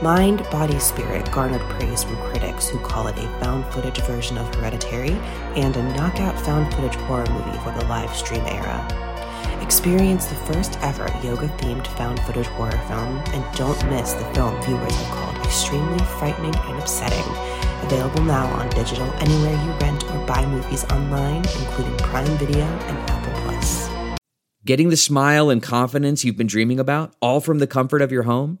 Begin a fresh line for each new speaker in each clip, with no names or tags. Mind, Body, Spirit garnered praise from critics who call it a found footage version of Hereditary and a knockout found footage horror movie for the live stream era. Experience the first ever yoga themed found footage horror film and don't miss the film viewers have called extremely frightening and upsetting. Available now on digital anywhere you rent or buy movies online, including Prime Video and Apple Plus.
Getting the smile and confidence you've been dreaming about, all from the comfort of your home,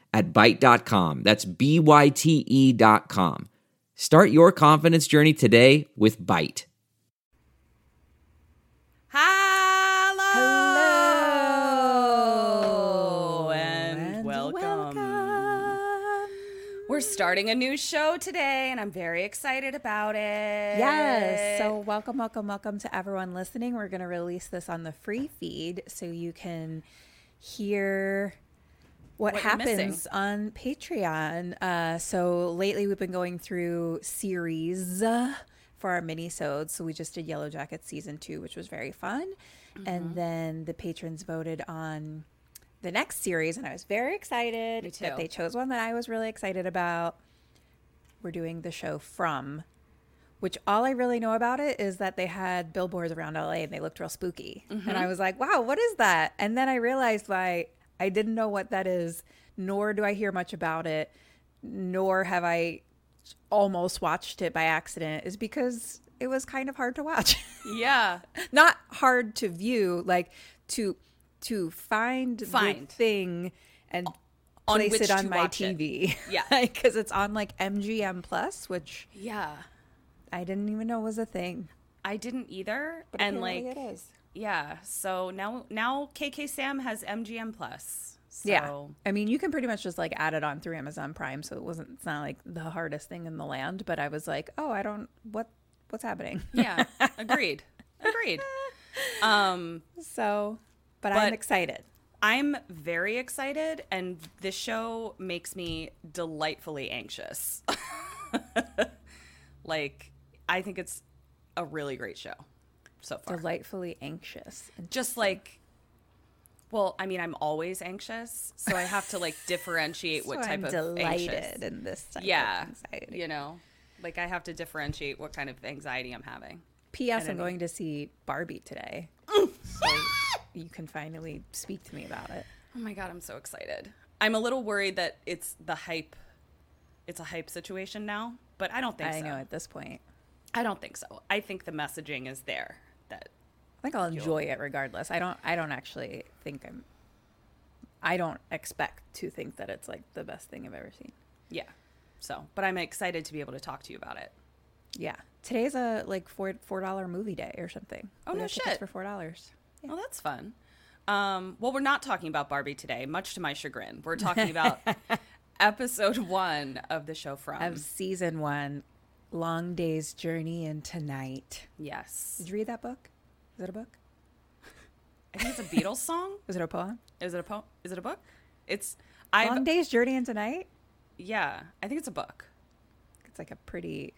at Byte.com. That's B-Y-T-E E dot com. Start your confidence journey today with Byte.
Hello! And, welcome. We're starting a new show today, and I'm very excited about it.
Yes. So, welcome, welcome, welcome to everyone listening. We're going to release this on the free feed so you can hear what,
What you're
happens
missing.
on Patreon. Uh, so, lately we've been going through series uh, for our mini So, we just did Yellow Jacket season two, which was very fun.
Mm-hmm.
And then the patrons voted on the next series, and I was very excited
Me too.
that they chose one that I was really excited about. We're doing the show from which all I really know about it is that they had billboards around LA and they looked real spooky. And
Mm-hmm.
I was like, wow, what is that? And then I realized why I didn't know what that is, nor do I hear much about it, nor have I almost watched it by accident, is because it was kind of hard to watch.
yeah.
Not hard to view, like to to find,
Find.
the thing and
On
place
which
it
to
on my
watch it.
TV.
Yeah.
Because it's on like MGM Plus, which
Yeah.
I didn't even know was a thing.
I didn't either. and like, yeah. So now, now KK Sam has MGM Plus. So
yeah. I mean, you can pretty much just like add it on through Amazon Prime, so it wasn't. It's not like the hardest thing in the land. But I was like, oh, I don't what what's happening.
Yeah. Agreed. Agreed. Um,
so, but,
But-
I'm excited.
I'm very excited, and this show makes me delightfully anxious. like, I think it's a really great show so far.
Delightfully anxious. And
Just like, well, I mean, I'm always anxious, so I have to like differentiate what
so
type
I'm
of
delighted
anxious.
in this type
yeah,
of anxiety.
you know, like I have to differentiate what kind of anxiety I'm having.
P.S. I'm going to see Barbie today, so you can finally speak to me about it.
Oh my god, I'm so excited. I'm a little worried that it's the hype. It's a hype situation now, but I don't think
I
so.
know at this point.
I don't think so. I think the messaging is there that
I think I'll enjoy it regardless. I don't. I don't actually think I'm. I don't expect to think that it's like the best thing I've ever seen.
yeah. So, but I'm excited to be able to talk to you about it.
Yeah, today's a like four four dollar movie day or something.
Oh,
We
no
got tickets
shit.
for four dollars.
Well, that's fun. Um, well, we're not talking about Barbie today, much to my chagrin. We're talking about episode one of the show from.
Of season one, long day's journey and tonight.
yes,
Did you read that book? Is it a book?
I think it's a Beatles song.
Is it a poem?
Is it a poem? Is it a book? It's I
long
have
day's journey and tonight.
yeah. I think it's a book.
It's like a pretty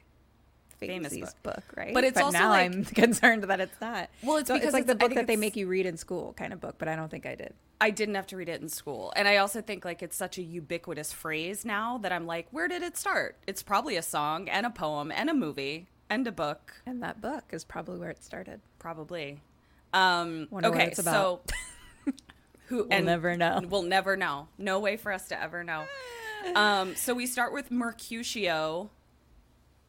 famous,
book.
book. right?
But it's also,
now
like-
I'm concerned that it's not.
Well, it's
So
because
it's like
it's-
the
I
book
think
that they
it's-
make you read in school kind of book, but I don't think I did.
I didn't have to read it in school. And I also think like it's such a ubiquitous phrase now that I'm like, where did it start? It's probably a song and a poem and a movie and a book,
And that book is probably where it started.
probably. Um,
Wonder what
okay,
it's about.
so who and
never know.
We'll never know. No way for us to ever know. Um, so we start with Mercutio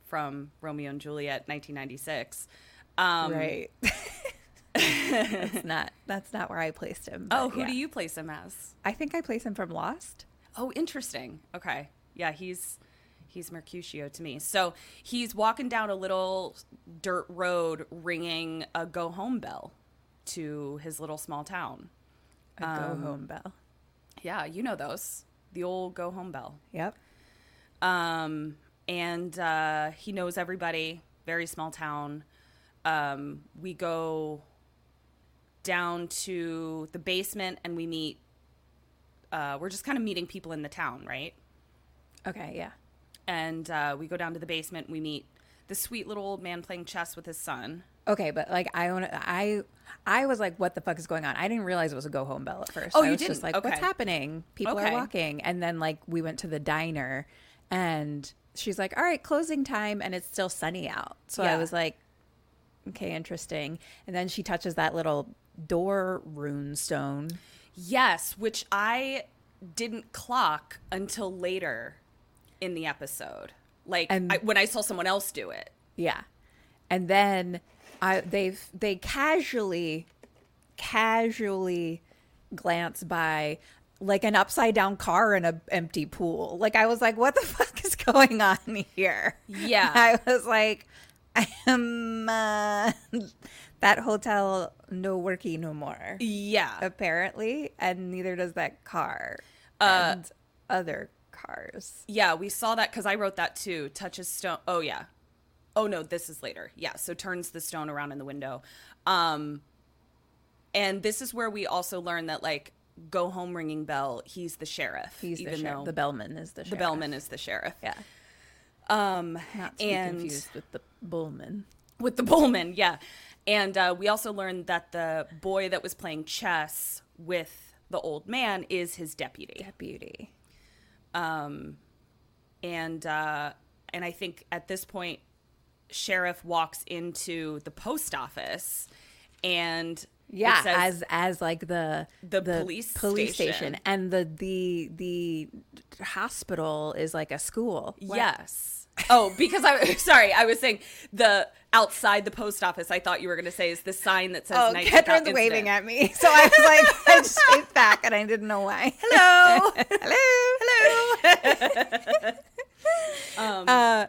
from Romeo and Juliet, 1996. Um,
right. that's not that's not where I placed him.
Oh,
but
who
yeah.
do you place him as?
I think I place him from Lost.
Oh, interesting. Okay. Yeah, he's he's Mercutio to me. So he's walking down a little dirt road ringing a go home bell to his little small town.
A go home bell.
Yeah, you know those. The old go home bell.
Yep.
Um and uh he knows everybody, very small town. Um we go down to the basement and we meet uh we're just kind of meeting people in the town, right?
Okay, yeah.
and uh, we go down to the basement. We meet the sweet little old man playing chess with his son.
Okay, but like I own I I was like, what the fuck is going on? I didn't realize it was a go home bell at first.
Oh,
I
you
was
didn't?
just like, what's
Okay.
happening? People
Okay.
are walking. And then like we went to the diner and she's like, All right, closing time and it's still sunny out. So I
Yeah.
was like, Okay, interesting. And then she touches that little door rune stone.
Yes, which I didn't clock until later in the episode. Like
And-
I, when I saw someone else do it.
Yeah. And then I they've they casually casually glance by like an upside down car in a empty pool. Like I was like, what the fuck is going on here?
Yeah.
I was like, I am uh, that hotel no worky no more
Yeah.
apparently, and neither does that car
Uh,
and other cars.
Yeah, we saw that because I wrote that too. Touches stone. Oh yeah. Oh no, this is later. Yeah, so turns the stone around in the window. Um, and this is where we also learn that like go home ringing bell. He's the sheriff.
He's the
even
sheriff.
though
The bellman is the
the
sheriff.
bellman is the sheriff.
yeah.
Um,
Not to
and
be confused with the bullman.
with the Bowman, yeah. And uh, we also learned that the boy that was playing chess with the old man is his deputy.
deputy.
And uh, and I think at this point, sheriff walks into the post office, and it
Yeah,
says-
as as like the
The police station.
and the the the hospital is like a school. What?
yes. Oh, because I sorry, I was saying the outside the post office. I thought you were going to say is the sign that says.
Oh,
night
Kedra's
Lookout
waving
Incident.
at me, so I was like, I just waved back, and I didn't know why. Hello, hello, hello.
Um,
uh,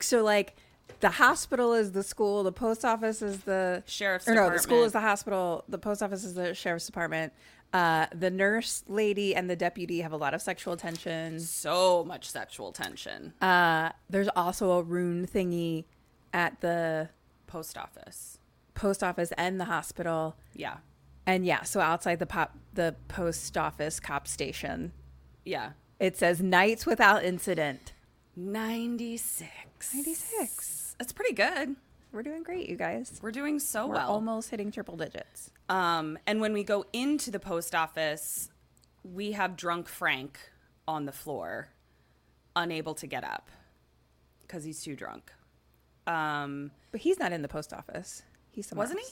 so like, the hospital is the school, the post office is the
Sheriff's
or no, the school
department.
is the hospital, the post office is the sheriff's department. Uh, the nurse lady and the deputy have a lot of sexual tension.
So much sexual tension.
Uh, there's also a rune thingy at the
post office.
post office and the hospital.
Yeah.
And yeah, so outside the pop the post office cop station,
Yeah.
it says nights without incident.
96.
96.
That's pretty good.
We're doing great, you guys.
We're doing so
We're
well.
almost hitting triple digits.
um, and when we go into the post office, we have drunk Frank on the floor, unable to get up because he's too drunk. Um,
But he's not in the post office. He's somewhere
wasn't he?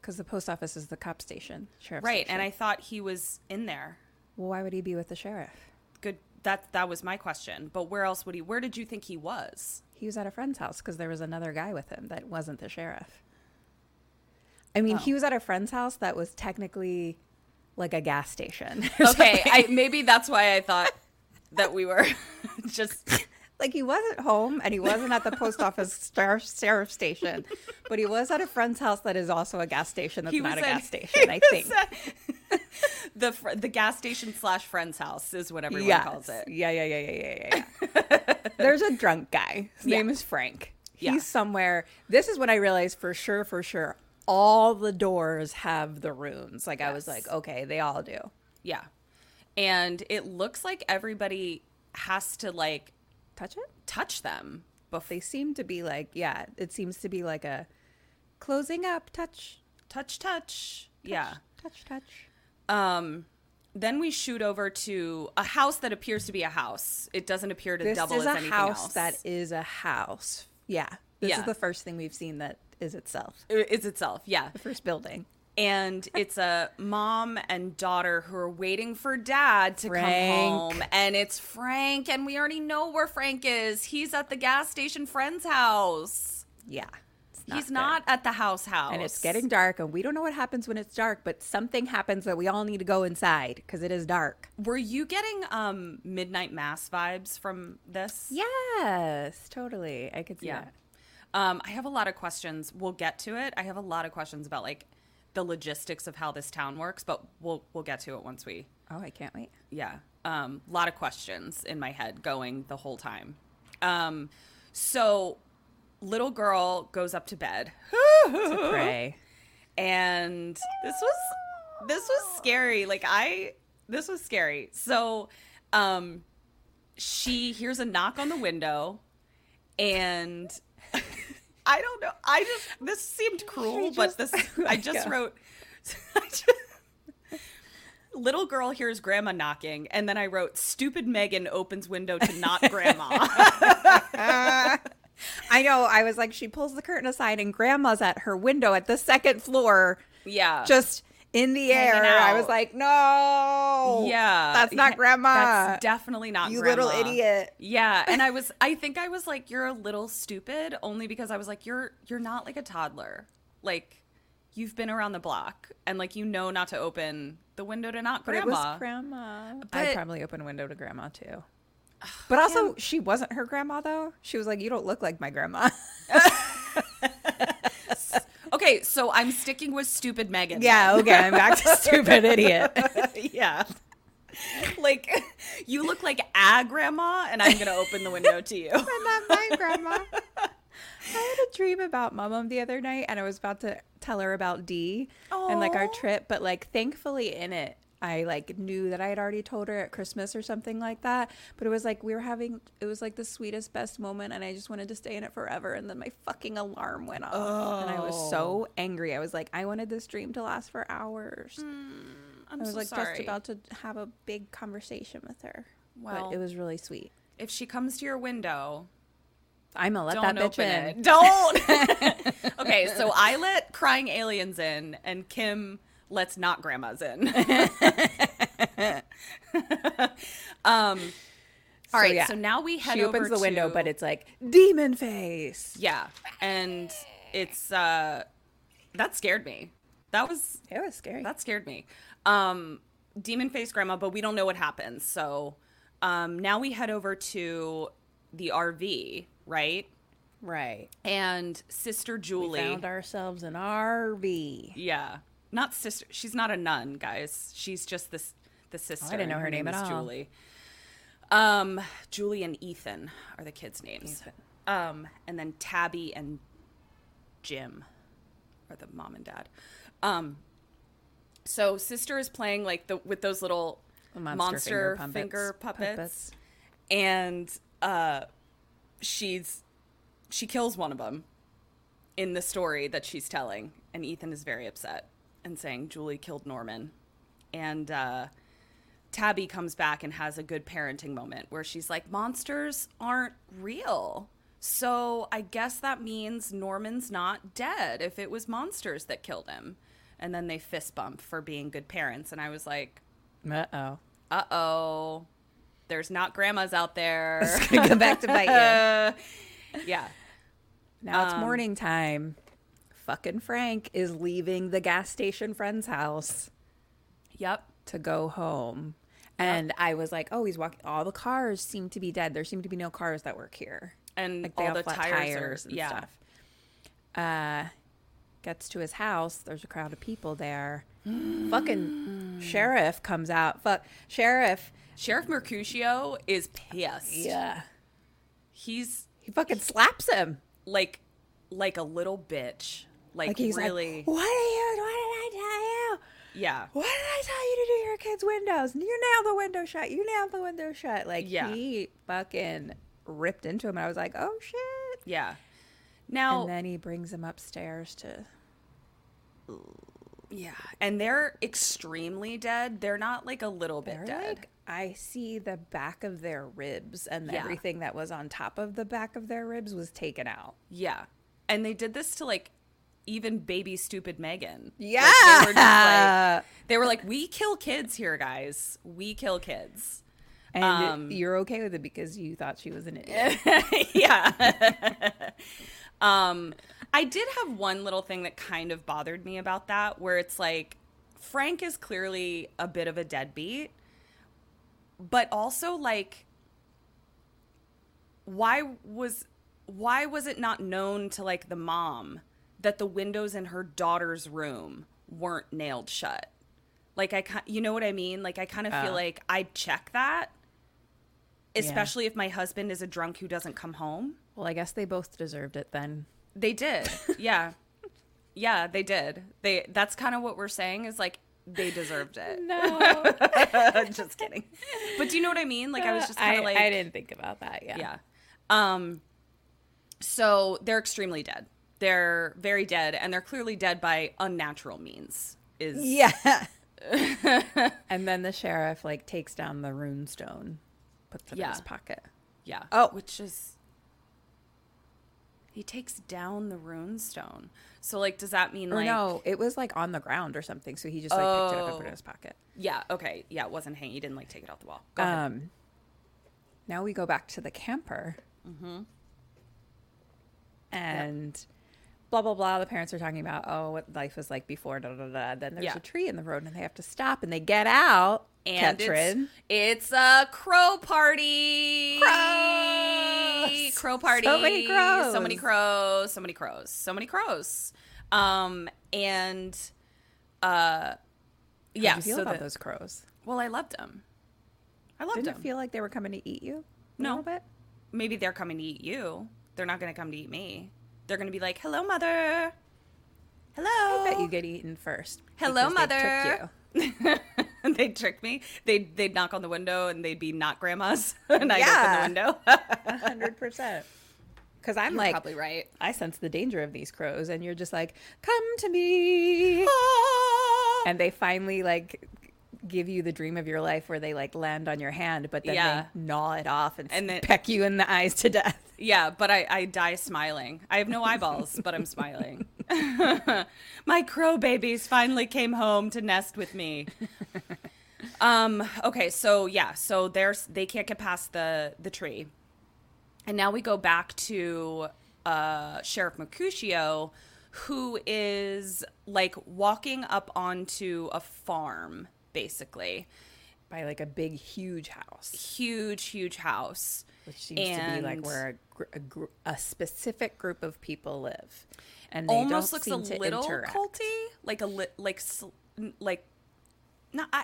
Because the post office is the cop station, sheriff's
Right.
station.
And I thought he was in there.
well, why would he be with the sheriff?
Good. That that was my question. But where else would he? Where did you think he was?
He was at a friend's house because there was another guy with him that wasn't the sheriff. I mean,
Oh.
he was at a friend's house that was technically like a gas station. or
Okay.
something.
I, maybe that's why I thought that we were just
like he wasn't home and he wasn't at the post office star- sheriff station, but he was at a friend's house that is also a gas station that's
He
not
was
a
at-
gas station, I think.
the fr- the gas station slash friend's house is what everyone
Yes.
calls it.
Yeah, yeah, yeah, yeah, yeah, yeah, yeah. There's a drunk guy. His
Yeah.
name is Frank.
Yeah.
He's somewhere. This is when I realized for sure, for sure, all the doors have the runes. Like I was
Yes.
like, okay, they all do.
Yeah, and it looks like everybody has to like
Touch it?
touch them Bef-
They seem to be like, yeah, it seems to be like a closing up, touch,
touch, touch. Yeah.
touch, touch.
Um, then we shoot over to a house that appears to be a house. It doesn't appear to
This
double
is
as
a
anything
house
else.
that is a house. Yeah. This
Yeah.
is the first thing we've seen that is itself.
i- is itself. Yeah.
The first building.
and it's a mom and daughter who are waiting for dad to
Frank.
come home and it's frank and we already know where frank is he's at the gas station friend's house
Yeah. It's
he's
good.
not at the house house
And it's getting dark, and we don't know what happens when it's dark, but something happens that we all need to go inside because it is dark.
were you getting um midnight mass vibes from this
Yes, totally. I could see
yeah
that.
um i have a lot of questions we'll get to it i have a lot of questions about like the logistics of how this town works but we'll we'll get to it once we
Oh, I can't wait.
yeah um a lot of questions in my head going the whole time um so little girl goes up to bed
To pray.
and this was this was scary like i this was scary so um she hears a knock on the window and i don't know i just this seemed cruel but this i just
God.
wrote I just- little girl hears grandma knocking and then i wrote stupid megan opens window to not grandma
I know. I was like, she pulls the curtain aside, and grandma's at her window at the second floor,
yeah
just in the
Hanging
air. I was
out.
like, no.
yeah
That's not
Yeah,
grandma.
that's definitely not
you
grandma.
little idiot.
Yeah, and I was I think I was like you're a little stupid only because I was like you're you're not like a toddler. Like you've been around the block and like you know not to open the window to not
But
grandma.
it was grandma.
But-
I probably open window to grandma too. But also, she wasn't her grandma though. She was like, "You don't look like my grandma."
okay, so I'm sticking with stupid Megan.
okay, I'm back to stupid idiot.
yeah. like you look like a grandma and I'm going to open the window to you.
not my grandma. I had a dream about my mom the other night, and I was about to tell her about D and like our
Aw.
trip, but like thankfully in it, I like knew that I had already told her at Christmas or something like that. But it was like we were having it was like the sweetest, best moment, and I just wanted to stay in it forever. And then my fucking alarm went off, and I was
Oh.
so angry. I was like, I wanted this dream to last for hours.
I'm
I was
Hmm, so
like
sorry.
just about to have a big conversation with her.
Well.
but it was really sweet.
if she comes to your window,
I'm gonna let
Don't
that bitch
open
in.
it. Don't. okay, so I let crying aliens in, and Kim lets not grandmas in. um, all right,
yeah.
so now we head.
she opens
over
the window,
to-
but it's like demon face.
yeah, and it's uh, that scared me. That was
It was scary.
that scared me. Um, demon face grandma, but we don't know what happens. So um, now we head over to the RV, right?
right.
And sister Julie.
Found ourselves an RV.
Yeah. Not sister. She's not a nun, guys. She's just this the sister.
Oh, didn't know
and
her name at
is
all.
Julie. Um, Julie and Ethan are the kids' names. Um, and then Tabby and Jim are the mom and dad. Um, so sister is playing like the with those little monster, finger, puppets, and uh, she's she kills one of them in the story that she's telling, and Ethan is very upset and saying Julie killed Norman, and uh, Tabby comes back and has a good parenting moment where she's like, "Monsters aren't real." So I guess that means Norman's not dead if it was monsters that killed him. And then they fist bump for being good parents. And I was like,
Uh oh.
uh oh, there's not grandmas out there.
Go back to bite you.
yeah.
Now
Um,
it's morning time. Fucking Frank is leaving the gas station friend's house
Yep.
to go home. And I was like, oh, he's walking. All the cars seem to be dead. There seem to be no cars that work here.
And
like they
all
have
the
flat
tires, are-
tires and
yeah.
stuff. Uh, gets to his house. There's a crowd of people there. Fucking sheriff comes out. Fuck sheriff.
Sheriff Mercutio is pissed.
Yeah,
He's
he fucking slaps him.
like, like a little bitch. Like,
Like "Oh." he's
really,
like, what are you? What did I tell you?
yeah.
What did I tell you to do to your kids' windows? You nail the window shut. You nail the window shut. Like
Yeah.
he fucking ripped into him, and I was like, oh shit.
Yeah. Now,
And then he brings him upstairs to.
yeah, and they're extremely dead. They're not like a little bit
They're
dead.
like, I see the back of their ribs, and
Yeah.
everything that was on top of the back of their ribs was taken out.
yeah. And they did this to like even baby stupid Megan. Like, they, were just
Yeah.
like, they were like, we kill kids here, guys. We kill kids.
And
Um,
you're okay with it because you thought she was an idiot.
yeah. um, I did have one little thing that kind of bothered me about that, where it's like Frank is clearly a bit of a deadbeat, but also like, why was why was it not known to like the mom that the windows in her daughter's room weren't nailed shut? Like I, ki- you know what I mean? Like I kind of feel like I'd check that especially if my husband is a drunk who doesn't come home.
Well, I guess they both deserved it then.
They did. Yeah. yeah, they did. They that's kind of what we're saying is like they deserved it.
No,
just kidding. But do you know what I mean? Like I was just kind
I,
of like
I didn't think about that. Yeah.
yeah. Um so they're extremely dead. They're very dead and they're clearly dead by unnatural means. Is
Yeah. and then the sheriff like takes down the rune stone, puts it in his
Yeah.
pocket.
Yeah.
Oh.
Which is. He takes down the rune stone. So, like, does that mean,
Or
like.
no, it was like on the ground or something. So he just like picked it up and put
Oh.
it in his pocket.
Yeah, okay. Yeah, it wasn't hanging. He didn't, like, take it off the wall. Go ahead.
Um, now we go back to the camper.
Mm-hmm.
And blah, blah, blah. The parents are talking about, oh, what life was like before, da, da, da, da. Then there's
Yeah.
a tree in the road and they have to stop and they get out.
and it's,
Ketrin.
it's a crow party.
Crows!
Crow party.
So many crows.
So many crows. So many crows. So many crows. Um, and, uh, yeah.
How'd you feel
so
about
the-
those crows?
Well, I loved them. I loved
Didn't
them.
it feel like they were coming to eat you? A
No.
little bit?
maybe they're coming to eat you. They're not going to come to eat me. They're going to be like, "Hello, mother." Hello.
I bet you get eaten first.
Hello,
because they tricked
mother. they trick me. They'd they'd knock on the window and they'd be not grandmas, and
Yeah.
I'd open the window.
you. hundred percent. Because I'm like,
probably right.
I sense the danger of these crows, and you're just like, come to me.
Ah.
and they finally like give you the dream of your life where they like land on your hand, but then
Yeah.
they gnaw it off and,
And then-
peck you in the eyes to death.
Yeah, but I I die smiling. I have no eyeballs, but I'm smiling. My crow babies finally came home to nest with me. um. Okay. So yeah. So there's they can't get past the the tree. And now we go back to uh, Sheriff Mercutio, who is like walking up onto a farm, basically.
By like a big, huge house,
Huge, huge house.
which seems to be like
And-
where a, gr- a, gr- a specific group of people live, and they
almost
don't
looks
seem
a
to
little
interact.
culty, like a li- like sl- n- like not I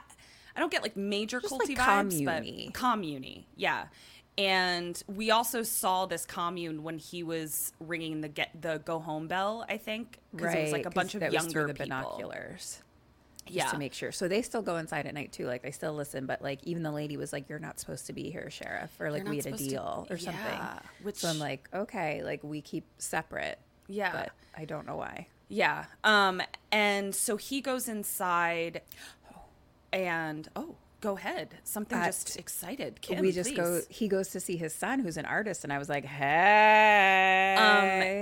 I don't get like major
Just
culty
like
vibes,
commune-y.
but commune, yeah. And we also saw this commune when he was ringing the get the go home bell. I think because
right?
it was like a
'cause
bunch of
that was through
younger
the
people.
binoculars.
yeah.
just to make sure. So they still go inside at night too. Like they still listen, but like even the lady was like, "You're not supposed to be here, sheriff," or like
You're
we
not
had a
supposed to-
deal or something.
Yeah, which-
so I'm like, okay, like we keep separate.
Yeah.
but I don't know why.
Yeah. Um and so he goes inside
Oh.
and oh, go ahead. Something
Uh,
just excited. Kim,
we just go.
please.
He goes to see his son, who's an artist, and I was like, hey,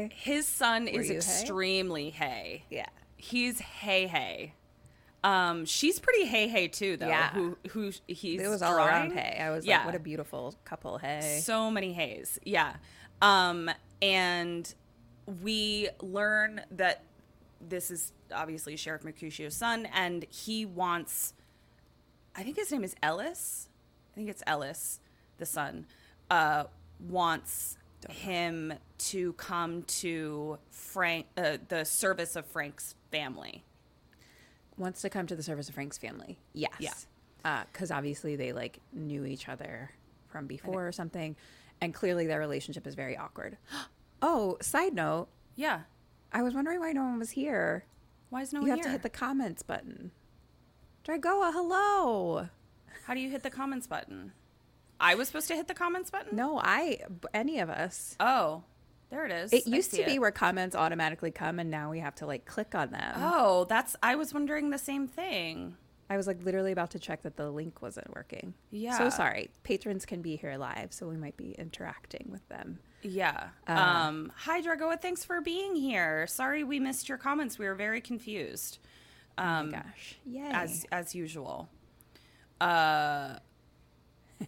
Um, his son is
you hay?
extremely hay?
yeah,
He's hey hey. Um, she's pretty hey hey too though.
Yeah.
Who who he's
it was all around
drawing.
hay. I was
Yeah.
like, what a beautiful couple, hey.
So many hays. Yeah. Um, and we learn that this is obviously Sheriff Mercutio's son, and he wants, I think his name is Ellis. I think it's Ellis, the son, uh, wants him to come to Frank, uh, the service of Frank's family.
Wants to come to the service of Frank's family. Yes. Because obviously they like knew each other from before or something. And clearly their relationship is very awkward. Oh, side note,
Yeah.
I was wondering why no one was here.
Why is no
You
one
have
here?
to hit the comments button. Dragoa, hello.
How do you hit the comments button? I was supposed to hit the comments button?
No, I b- any of us.
Oh, there it is.
It
I
used
see
to be
it.
where comments automatically come, and now we have to like click on them.
Oh, that's. I was wondering the same thing.
I was like literally about to check that the link wasn't working.
Yeah.
So sorry. Patrons can be here live, so we might be interacting with them.
Yeah.
Uh.
um, hi, Dragoa. Thanks for being here. Sorry we missed your comments. We were very confused,
oh my gosh. Yay.
Um, as as usual. Uh,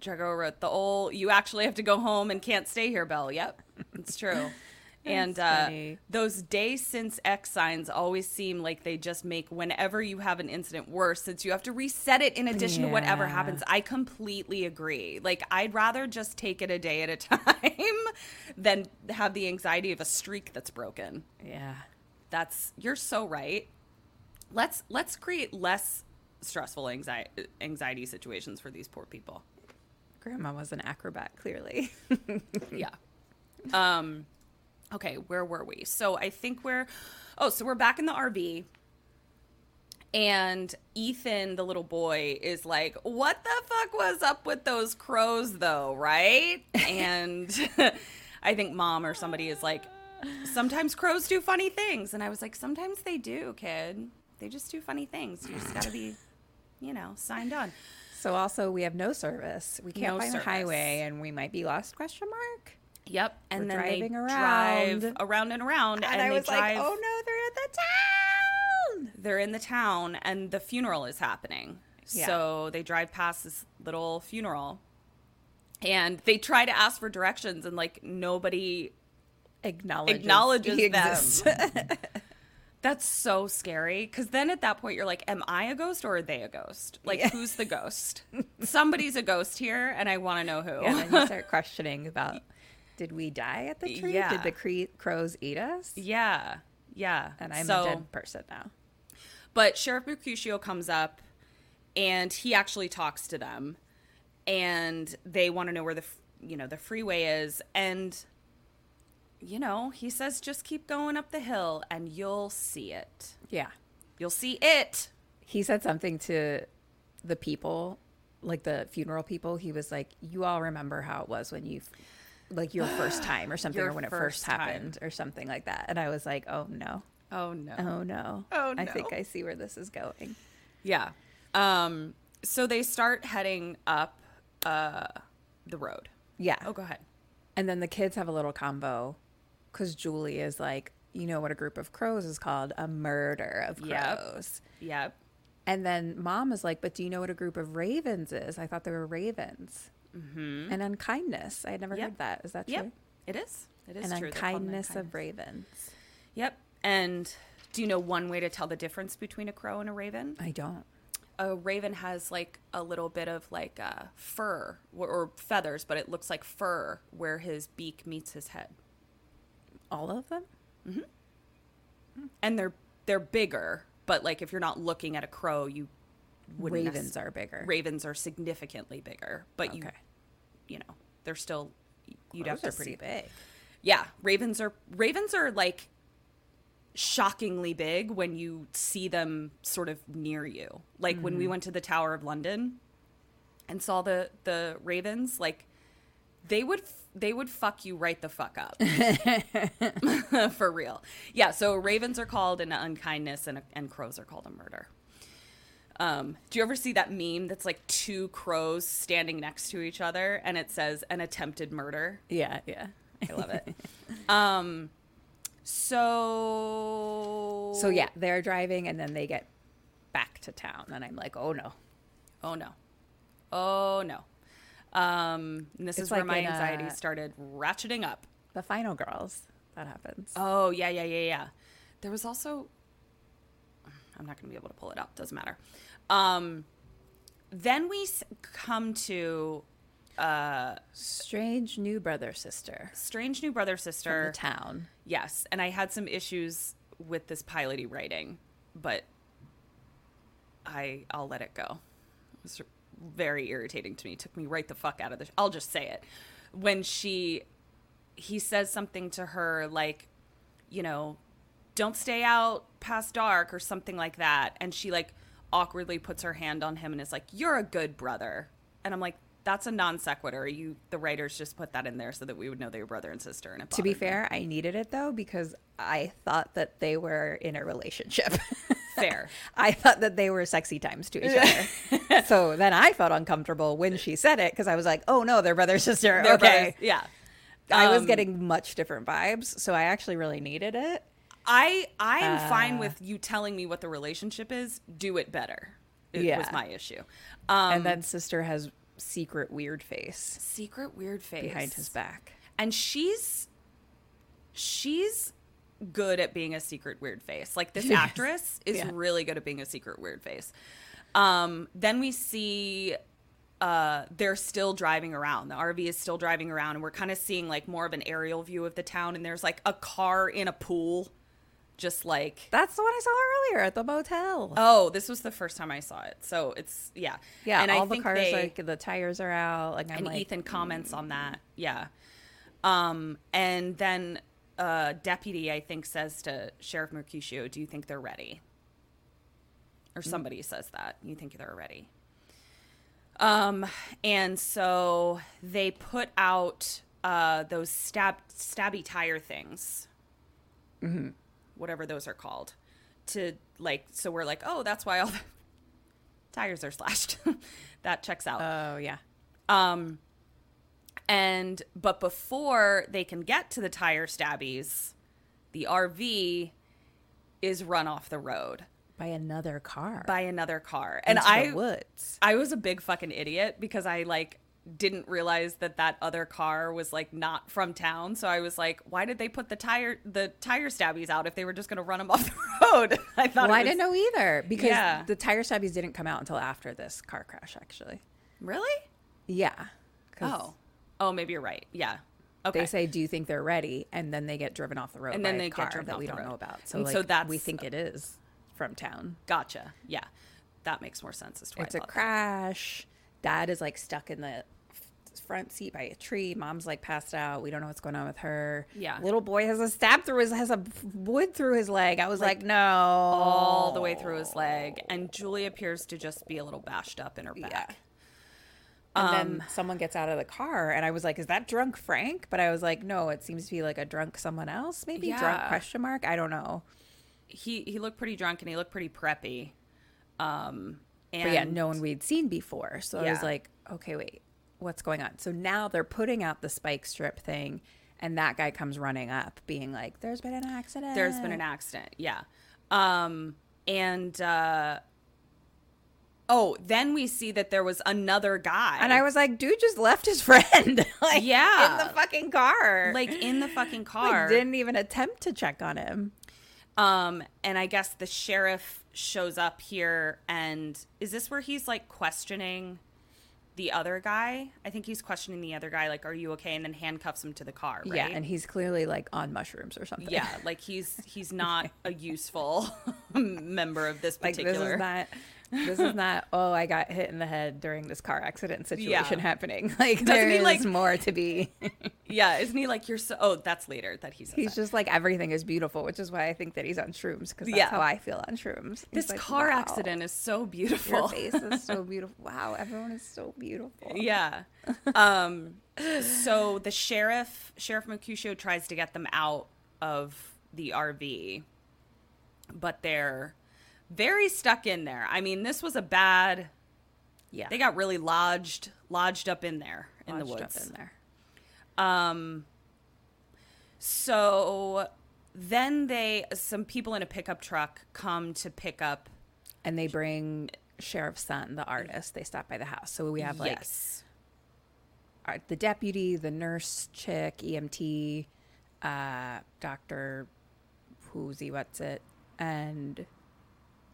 Dragoa wrote the old. You actually have to go home and can't stay here, Belle. Yep, it's true. and uh,
funny.
those day since X signs always seem like they just make whenever you have an incident worse, since you have to reset it in addition to whatever
Yeah.
happens. I completely agree. Like, I'd rather just take it a day at a time than have the anxiety of a streak that's broken.
yeah.
That's you're so right. Let's let's create less stressful anxiety anxiety situations for these poor people.
Grandma was an acrobat, clearly.
yeah. Um okay, where were we? So I think we're Oh, so we're back in the RV. And Ethan, the little boy, is like, "What the fuck was up with those crows though, right?" And I think mom or somebody is like, "Sometimes crows do funny things." And I was like, "Sometimes they do, kid. They just do funny things. You just got to be, you know, signed on."
so also we have no service. We can't
No
find
service.
the highway and we might be lost question mark.
Yep, and
We're
then
driving
they drive
around.
around and around,
And,
and
I
they
was
drive.
like, "Oh no, they're at the town."
they're in the town and the funeral is happening.
Yeah.
So they drive past this little funeral and they try to ask for directions and like nobody
Acknowledges,
acknowledges
he exists.
them. That's so scary because then at that point you're like, am I a ghost or are they a ghost? Like,
Yeah.
who's the ghost? Somebody's a ghost here and I want to know who.
and then you start questioning about did we die at the tree?
Yeah.
Did the cre- crows eat us?
yeah. Yeah.
And I'm
So-
a dead person now.
But Sheriff Mercutio comes up and he actually talks to them and they want to know where the f- you know the freeway is and you know he says just keep going up the hill and you'll see it
Yeah.
you'll see it
He said something to the people, like the funeral people. He was like, You all remember how it was when you, like your first time or something,
Your
or when it
first
first
time.
happened or something like that. And I was like, Oh no.
oh no
Oh no.
Oh,
I
no.
think I see where this is going.
yeah um so they start heading up uh the road
Yeah.
oh go ahead
And then the kids have a little combo because Julie is like, You know what a group of crows is called? A murder of
Yep.
crows.
yep
And then mom is like, But do you know what a group of ravens is? I thought they were ravens. Mm-hmm. And unkindness. I had never
Yep.
heard that. Is that true?
yep it is it is
and
true They're called
unkindness
unkindness.
of ravens.
Yep. And do you know one way to tell the difference between a crow and a raven?
I don't.
A raven has like a little bit of like uh, fur or, or feathers, but it looks like fur where his beak meets his head,
All of them?
and they're they're bigger. But like if you're not looking at a crow, you wouldn't.
ravens
necess-
are bigger.
ravens are significantly bigger, but you
Okay.
you know they're still you'd
Crows
have
are
to
pretty
see.
big.
Yeah, ravens are ravens are like shockingly big when you see them sort of near you. Like when we went to the Tower of London and saw the the ravens, like they would f- they would fuck you right the fuck up. For real. Yeah, so ravens are called an unkindness and and crows are called a murder. Um, do you ever see that meme that's like two crows standing next to each other and it says an attempted murder?
Yeah, yeah.
I love it. um, so
So yeah, they're driving and then they get back to town. And I'm like, Oh no.
Oh no, oh no. Um, and this
It's
is where
like
my
in, uh,
anxiety started ratcheting up.
The final girls. That happens.
Oh yeah, yeah, yeah, yeah. There was also. I'm not going to be able to pull it up. Doesn't matter. Um, then we s- come to
Strange new brother sister.
strange new brother
From
sister.
the town.
Yes, and I had some issues with this piloty writing, but I I'll let it go. It was very irritating to me. It took me right the fuck out of the. I'll just say it. When she, he says something to her like, you know, don't stay out past dark or something like that, and she like awkwardly puts her hand on him and is like, "You're a good brother," and I'm like, that's a non sequitur. You the writers just put that in there so that we would know they were brother and sister. And it
To be
bothered me.
fair, I needed it though because I thought that they were in a relationship.
Fair.
I thought that they were sexy times to each other. so then I felt uncomfortable when she said it because I was like, oh no, they're um, brother and sister.
They're
okay.
brothers- yeah.
I was getting much different vibes. So I actually really needed it.
I I am
Uh.
fine with you telling me what the relationship is. Do it better. It was
Yeah.
my issue. Um,
and then sister has secret weird face
secret weird face
behind his back.
and she's she's good at being a secret weird face like this actress is
Yeah.
really good at being a secret weird face um then we see uh they're still driving around the rv is still driving around and we're kind of seeing like more of an aerial view of the town and there's like a car in a pool just like
That's the one I saw earlier at the motel.
oh this was the first time i saw it so it's yeah
yeah,
and
all
I
the
think
cars
they-
like the tires are out. Like I'm
and
like, "Mm."
Ethan comments on that. Yeah. Um, and then uh, deputy, I think, says to Sheriff Mercutio, "Do you think they're ready?" Or
Mm.
somebody says that you think they're ready. Um, and so they put out uh, those stab stabby tire things,
Mm-hmm.
whatever those are called, to like. So we're like, oh, that's why all the tires are slashed. that checks out.
oh yeah,
Um, and but before they can get to the tire stabbies, the RV is run off the road
by another car.
by another car, and
into the
I
woods.
I was a big fucking idiot because I like didn't realize that that other car was like not from town. So I was like, why did they put the tire the tire stabbies out if they were just going to run them off the road? I thought
Well,
it
I
was-
didn't know either because
Yeah.
the tire stabbies didn't come out until after this car crash, actually.
Really?
Yeah. 'cause
Oh, oh, maybe you're right. Yeah. Okay.
They say, "Do you think they're ready?" And then they get driven off the road,
And
and
then
then by
they
a
get
car
driven
that
off
we
the
don't
road.
know about. So,
And
like,
so
we
that's-
think it is from town.
gotcha. Yeah, that makes more sense as to why
It's
I
a
thought that.
crash. Dad is like stuck in the f- front seat by a tree. Mom's like passed out. We don't know what's going on with her.
Yeah.
Little boy has a stab through his has a wood through his leg. I was like, no.
all the way through his leg, and Julie appears to just be a little bashed up in her back.
Yeah. And then
Um,
someone gets out of the car, and I was like, "Is that drunk Frank?" But I was like, "No, it seems to be like a drunk someone else, maybe drunk
Yeah.
question mark. I don't know."
He he looked pretty drunk and he looked pretty preppy. Um, and
But yeah, no one we'd seen before, so I
Yeah.
was like, "Okay, wait, what's going on?" So now they're putting out the spike strip thing, and that guy comes running up, being like, "There's been an accident.
there's been an accident. Yeah. Um, and uh, oh, then we see that there was another guy,
And I was like, "Dude just left his friend, like,
Yeah.
in the fucking car,
like in the fucking
Like,
car.
didn't even attempt to check on him."
Um, and I guess the sheriff shows up here, and is this where he's like questioning the other guy? I think he's questioning the other guy, like, "Are you okay?" And then handcuffs him to the car. Right?
Yeah, and he's clearly like on mushrooms or something.
yeah, like he's he's not a useful member of this
like
particular.
this is not this is not oh i got hit in the head during this car accident situation
Yeah.
happening like there
he,
is
like-
more to be
yeah, isn't he like you're so? Oh, that's later that he says
he's
that.
just like everything is beautiful which is why i think that he's on shrooms because that's
Yeah.
how i feel on shrooms He's
This
like,
car
"Wow,
accident is so
your
beautiful.
face is so beautiful wow everyone is so beautiful
yeah. Um, so the sheriff, Sheriff Mercutio, tries to get them out of the RV, but they're very stuck in there. I mean, this was a bad.
yeah
They got really lodged, lodged up in there in the
Lodged
woods.
up in there
So then they, some people in a pickup truck come to pick up.
and they bring sheriff's son the artist they stop by the house so we have like
yes.
our- uh, the deputy the nurse chick emt uh doctor who's he what's it and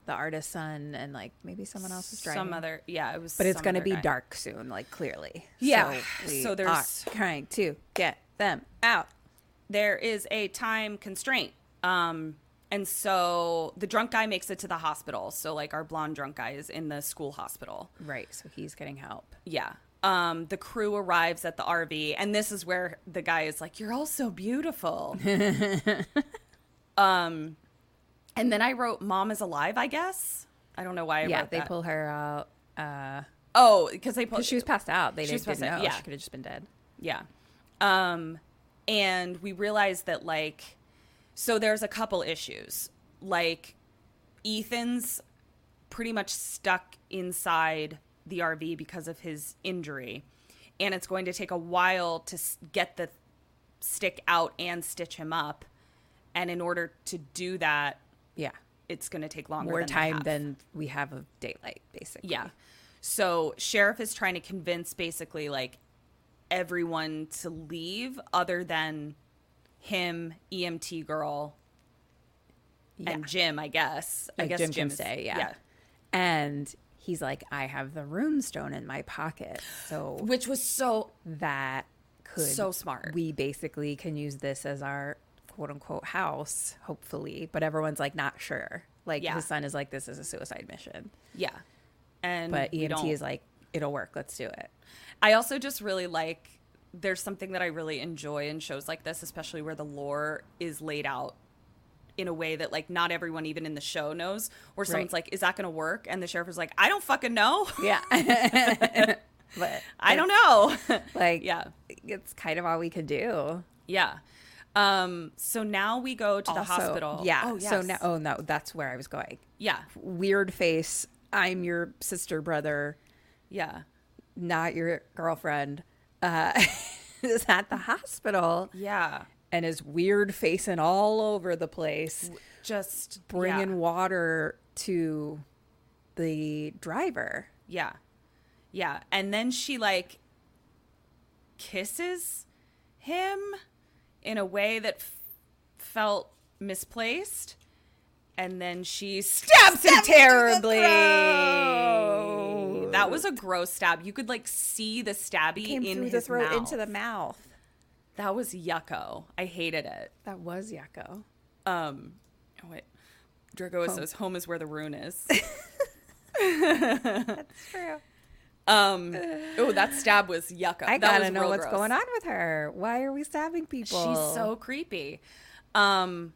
the artist son and like maybe someone else is driving
Some other, yeah, it was.
but it's
some
going to
other
be
guy.
dark soon like clearly
Yeah,
we
so there's-
are trying to get them out
there is a time constraint. Um, and so the drunk guy makes it to the hospital. So like our blonde drunk guy is in the school hospital.
right so he's getting help
Yeah. Um, the crew arrives at the RV, and this is where the guy is like, "You're all so beautiful." um, and then I wrote, "Mom is alive," I guess. I don't know why I
yeah
wrote
they
that.
pull her out uh
Oh, because they put
Because she was passed out. They
She was
didn't, didn't
passed out,
know.
yeah.
She could have just been dead.
Yeah. Um, and we realized that, like, so there's a couple issues. Like, Ethan's pretty much stuck inside the RV because of his injury. And it's going to take a while to s- get the stick out and stitch him up. And in order to do that,
Yeah.
it's going to take longer.
More
than a
time
half.
than we have of daylight, basically.
Yeah. So sheriff is trying to convince basically like everyone to leave other than him, EMT girl, and Jim, I guess. I
Like,
guess
Jim can
is-
stay, yeah. And he's like, I have the rune stone in my pocket. So
Which was so
that could.
So smart.
We basically can use this as our quote unquote house, hopefully. But everyone's like, not sure. Like,
Yeah.
his son is like, this is a suicide mission.
yeah. And
But
Mm, we don't-
EMT is like, it'll work. Let's do it.
I also just really like there's something that I really enjoy in shows like this, especially where the lore is laid out in a way that like not everyone even in the show knows where someone's like is that going to work and the sheriff is like I don't fucking know.
Yeah. but
I don't know.
like,
Yeah.
it's kind of all we could do.
yeah. Um, so now we go to the
Also-
hospital.
Yeah.
Oh,
So
yes.
now, oh no, that's where I was going.
Yeah.
Weird face. I'm your sister, brother,
Yeah.
not your girlfriend. Uh, is at the hospital
Yeah.
and is weird facing all over the place,
Just
bringing
Yeah.
water to the driver.
yeah. Yeah. And then she like kisses him in a way that f- felt misplaced. And then she stabs him terribly. That was a gross stab. You could like see the stabby
Came
in
through
his
the throat
mouth.
into the mouth.
That was yucko. I hated it.
That was Yakko.
Um, oh wait, Drago says home is where the rune is.
True.
Um, oh, that stab was yucca.
I
That
gotta
was
know
real
what's
gross.
going on with her. Why are we stabbing people?
She's so creepy. Um,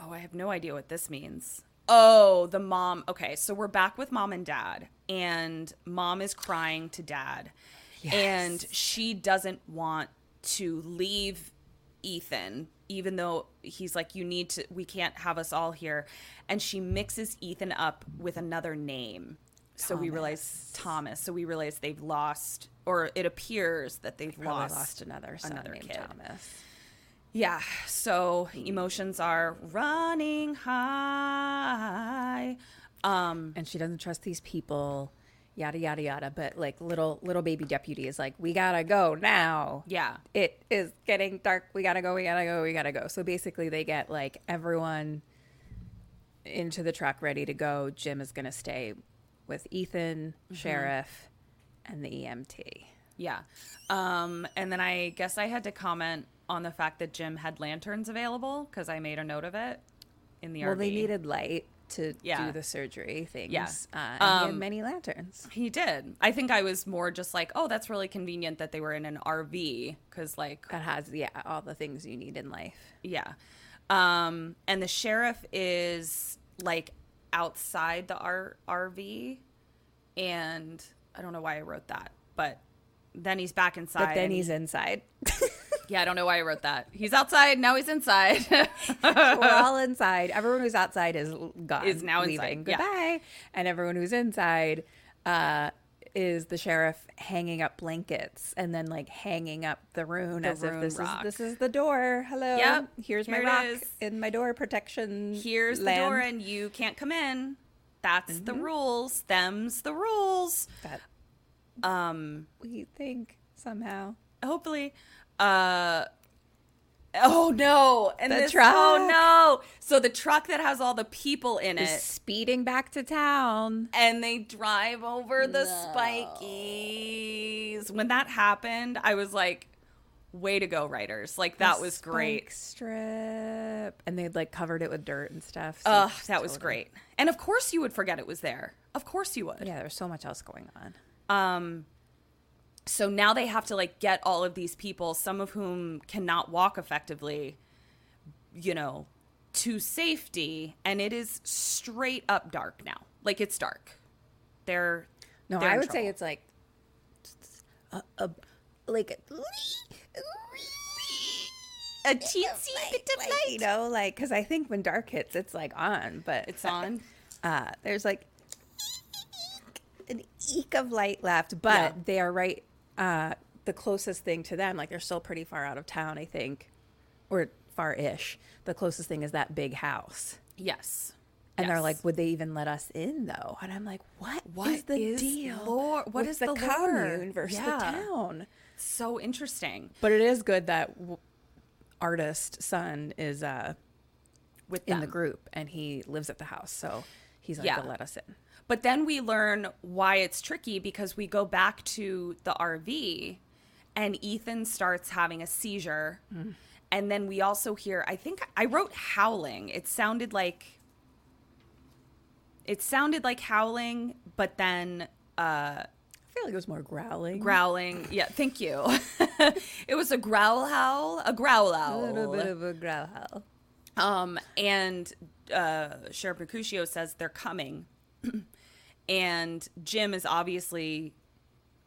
oh, I have no idea what this means. Oh, the mom. Okay, so we're back with mom and dad, and mom is crying to dad, and she doesn't want to leave Ethan, even though he's like, "You need to. We can't have us all here," and she mixes Ethan up with another name. So we realize Thomas. So we realize they've lost, or it appears that they've
Probably
lost,
lost another son
another
named
kid.
Thomas.
Yeah. So
Hmm.
emotions are running high. Um,
and she doesn't trust these people yada yada yada but like little little baby deputy is like we gotta go now
yeah.
it is getting dark we gotta go we gotta go we gotta go so basically they get like everyone into the truck ready to go jim is gonna stay with ethan
Mm-hmm.
sheriff and the E emt
Yeah. Um, and then I guess I had to comment on the fact that Jim had lanterns available because I made a note of it in the
well
RV.
they needed light to
Yeah.
do the surgery things
Yeah.
uh, and he had
Um,
many lanterns
He did. I think I was more just like, oh, that's really convenient that they were in an RV because, like,
that has yeah all the things you need in life
Yeah. Um, and the sheriff is like outside the R- RV. And I don't know why I wrote that, but then he's back inside.
but then
and-
he's inside
yeah, I don't know why I wrote that. He's outside. Now he's inside.
We're all inside. Everyone who's outside is l- gone.
Is now
leaving.
inside, yeah.
Goodbye. And everyone who's inside uh, is the sheriff hanging up blankets and then like hanging up the rune as
rune
if this
rock.
is this is the door. Hello.
Yep.
Here's
Here it
my rock
is.
in my door protection.
Here's
land. Mm-hmm.
the door, and you can't come in. That's the rules. Them's the rules.
That
Um,
we think somehow.
hopefully uh oh no and
The
this
truck.
oh no so the truck that has all the people in
Is
it
speeding back to town.
and they drive over the spikies when that happened i was like way to go writers like that was
Spike
great
Strip. And they'd like covered it with dirt and stuff. so
ugh
it's
that was
totally-
great and of course you would forget it was there of course you would
Yeah, there's so much else going on.
so now they have to like get all of these people some of whom cannot walk effectively you know to safety and it is straight up dark now like it's dark they're
No,
they're
I
in
would say
trouble.
it's like a, a like a,
a teensy bit of light.
you know, like because I think when dark hits, it's like on, but
It's on.
uh, there's like an eek of light left, but
Yeah.
they are right. Uh, the closest thing to them, like they're still pretty far out of town, I think, or far-ish. The closest thing is that big house,
Yes.
and they're
Yes.
like, "Would they even let us in, though?" And I'm like, "What? What is
What
the
is
deal?
lore- what
with
is
the,
the lore?"
commune versus
Yeah.
the town?"
so interesting
But it is good that w- artist son is uh,
with them.
in the group, and he lives at the house, so he's like,
Yeah.
"They'll let us in."
But then we learn why it's tricky because we go back to the RV and Ethan starts having a seizure. And then we also hear, I think I wrote howling. It sounded like it sounded like howling, but then
I feel like it was more growling.
growling. Yeah, thank you. it was a growl howl, a growl howl.
of a growl howl.
Um, and uh, Sheriff Mercutio says they're coming, and Jim is obviously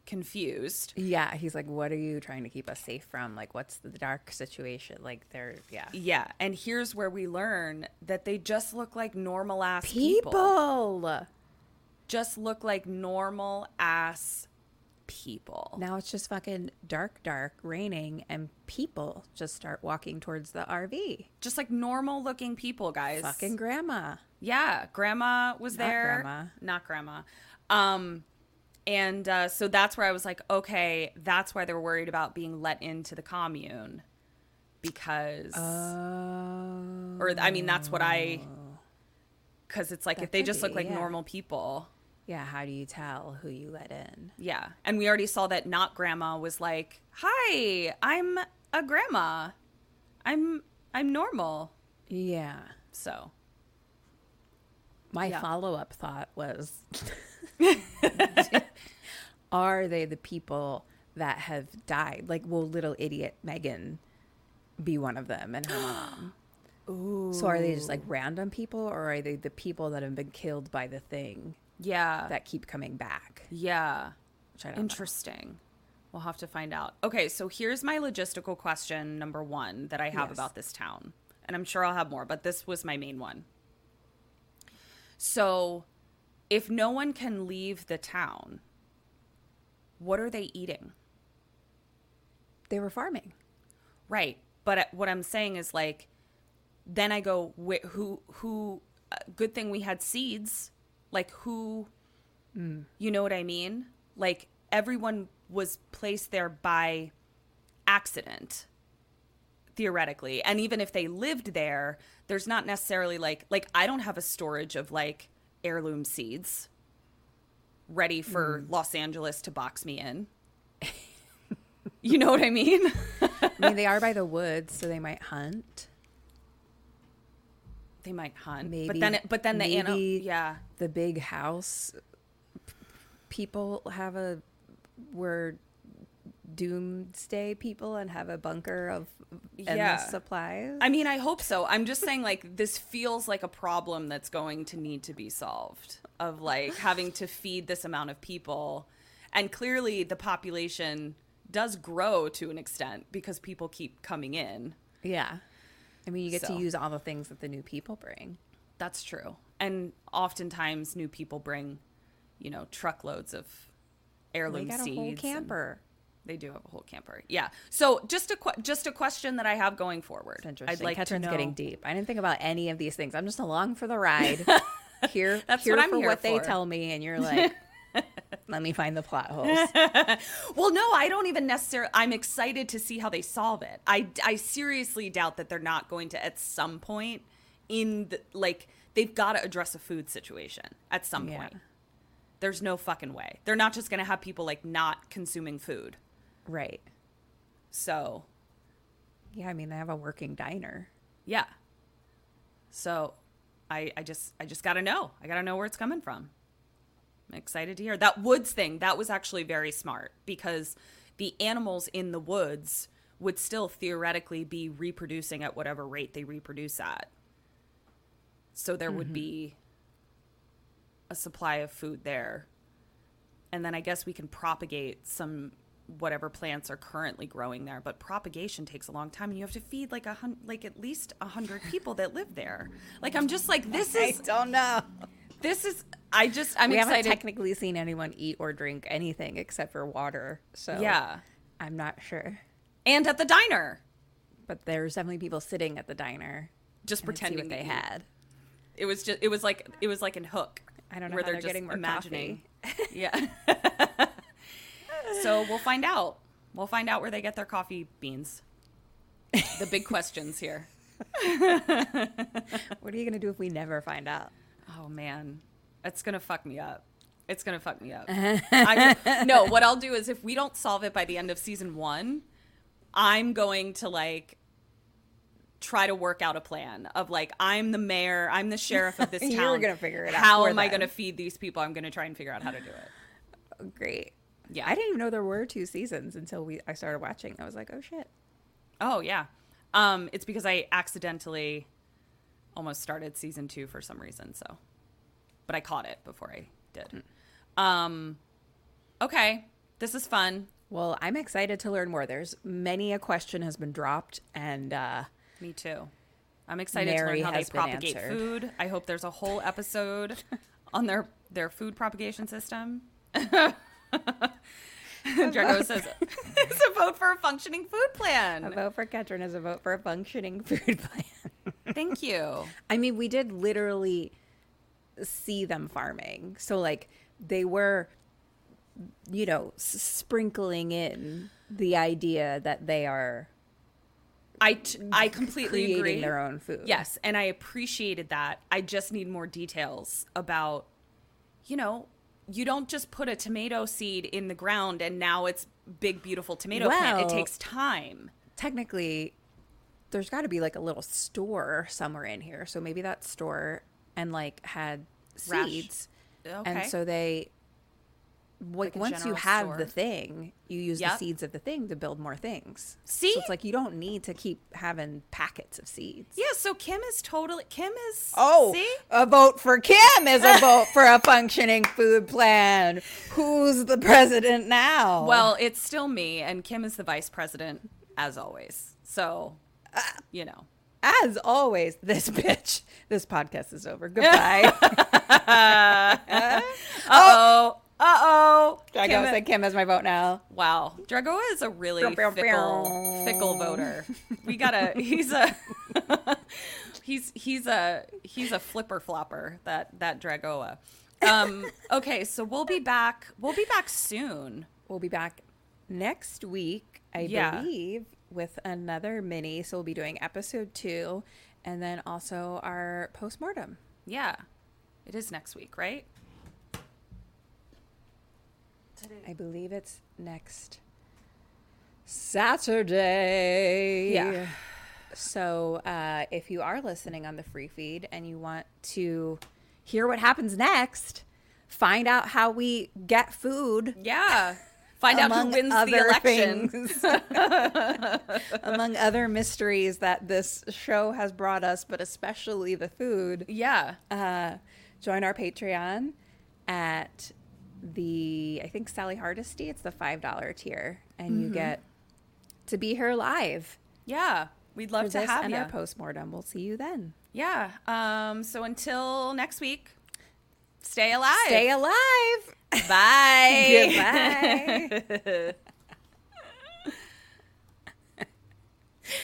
confused.
Yeah, he's like, "What are you trying to keep us safe from? Like, what's the dark situation? Like, they're yeah,
Yeah, and here's where we learn that they just look like normal ass people. Just look like normal ass people.
Now it's just fucking dark, dark, raining, and people just start walking towards the RV.
Just like normal looking people, guys.
Fucking grandma.
Yeah, grandma was
Not
there.
grandma.
Not grandma. Um and uh, so that's where I was like, okay, that's why they're worried about being let into the commune because
Oh,
or I mean that's what I cuz it's like
That
if they
could
just look
be,
like
yeah.
normal people.
yeah. How do you tell who you let in?
Yeah. And we already saw that not grandma was like, "Hi, I'm a grandma. I'm I'm normal."
Yeah.
So,
My
Yeah.
follow up thought was Are they the people that have died? Like, will little idiot Megan be one of them and her mom? So, are they just like random people or are they the people that have been killed by the thing
yeah.
that keep coming back?
yeah.
Which I don't know.
Interesting. We'll have to find out. Okay, so here's my logistical question number one that I have
Yes.
about this town. And I'm sure I'll have more, but this was my main one. So, if no one can leave the town, what are they eating?
They were farming.
Right. But uh, what I'm saying is like, then I go, wh- who, who, uh, good thing we had seeds. Like, who, you know what I mean? Like, everyone was placed there by accident, theoretically. And even if they lived there, there's not necessarily like, like, I don't have a storage of like heirloom seeds ready for Los Angeles to box me in. you know what I mean?
I mean, they are by the woods, so they might hunt.
They might hunt,
Maybe.
but then it, but then the animal,
maybe
yeah,
The big house p- people have a were doomsday people and have a bunker of endless
Yeah.
supplies.
I mean, I hope so. I'm just saying, like, this feels like a problem that's going to need to be solved of like having to feed this amount of people. And clearly, the population does grow to an extent because people keep coming in.
yeah. I mean, you get
So.
to use all the things that the new people bring.
That's true. And oftentimes, new people bring, you know, truckloads of
They
heirloom
got a
seeds.
whole
and-
camper.
they do have a whole camper. Yeah. So just a que- just a question that I have going forward.
It's interesting.
I'd like
Catherine's
to know.
getting deep. I didn't think about any of these things. I'm just along for the ride. Here,
That's
here
what I'm
for
here
what they
for.
tell me, and you're like, let me find the plot holes.
Well, no, I don't even necessarily. I'm excited to see how they solve it. I, I seriously doubt that they're not going to at some point in the like they've got to address a food situation at some
Yeah.
point. There's no fucking way. They're not just going to have people like not consuming food.
right.
So,
Yeah, I mean, they have a working diner.
yeah. So, I I just I just got to know. I got to know where it's coming from. I'm excited to hear that woods thing. That was actually very smart because the animals in the woods would still theoretically be reproducing at whatever rate they reproduce at. So there would be a supply of food there and then I guess we can propagate some whatever plants are currently growing there. But propagation takes a long time, and you have to feed like a hun- like at least a hundred people that live there. Like I'm just like this
I
is
don't know.
this is I just I'm
we haven't
excited.
technically seen anyone eat or drink anything except for water. So
yeah,
I'm not sure.
and at the diner,
But there's definitely people sitting at the diner
just
and see
pretending
what
to
they
eat.
had.
It was just it was like it was like in Hook.
I don't know how they're getting more
yeah. so we'll find out. We'll find out where they get their coffee beans. The big questions here.
What are you gonna do if we never find out?
Oh man, it's gonna fuck me up. It's gonna fuck me up. I, no, what I'll do is if we don't solve it by the end of season one, I'm going to like try to work out a plan of like I'm the mayor, I'm the sheriff of this town.
You're gonna figure it out
How
for
am I
them.
gonna feed these people? I'm gonna try and figure out how to do it.
Great.
Yeah.
I didn't even know there were two seasons until we I started watching. I was like, oh shit.
Oh yeah. Um, it's because I accidentally almost started season two for some reason, so but I caught it before I did. Um okay. This is fun.
Well, I'm excited to learn more. There's many a question has been dropped, and uh,
Me too. I'm excited
Mary
to learn how they
has been
propagate
answered.
food. I hope there's a whole episode on their their food propagation system. Drago says it's a vote for a functioning food
a
plan.
vote for Ketron is a vote for a functioning food plan.
Thank you.
I mean, we did literally see them farming. So, like, they were, you know, s- sprinkling in the idea that they are
I t- I completely
creating
agree.
their own food.
Yes, and I appreciated that. I just need more details about, you know, you don't just put a tomato seed in the ground and now it's big beautiful tomato plant. It
Well-
takes time.
Technically, there's got to be like a little store somewhere in here. So maybe that store and like had
Rash-
seeds.
Okay.
And so they, like,
a
once you
general
have
store.
the thing, you use the
Yep.
seeds of the thing to build more things.
See?
so it's like you don't need to keep having packets of seeds.
yeah, so Kim is totally Kim is
Oh,
see?
a vote for Kim is a vote for a functioning food plan. Who's the president now?
Well, it's still me and Kim is the vice president as always. So,
Uh.
you know.
as always, this bitch. This podcast is over. Goodbye.
Uh-oh. Oh, Uh-oh.
Drago
Kim-
said Kim has my vote now.
Wow, Drago is a really
Bow, bow,
fickle,
bow.
fickle voter. We gotta. He's a. he's he's a he's a flipper flopper. That that Dragoa. Um, okay, so we'll be back. We'll be back soon.
We'll be back next week, I
Yeah.
believe, with another mini. So we'll be doing episode two and then also our postmortem.
Yeah, it is next week, right?
I believe it's next Saturday.
Yeah.
So uh, if you are listening on the free feed and you want to hear what happens next, find out how we get food.
Yeah. Find out who
Among
wins the
other
election.
things. Among other mysteries that this show has brought us, but especially the food
Yeah.
uh, join our Patreon at the I think Sally Hardesty. It's the five dollar tier, and
Mm-hmm.
you get to be here live
Yeah. We'd
for
love to
this
have
and
you.
our postmortem. We'll see you then.
yeah. Um, so until next week, stay alive.
Stay alive.
Bye.
Goodbye.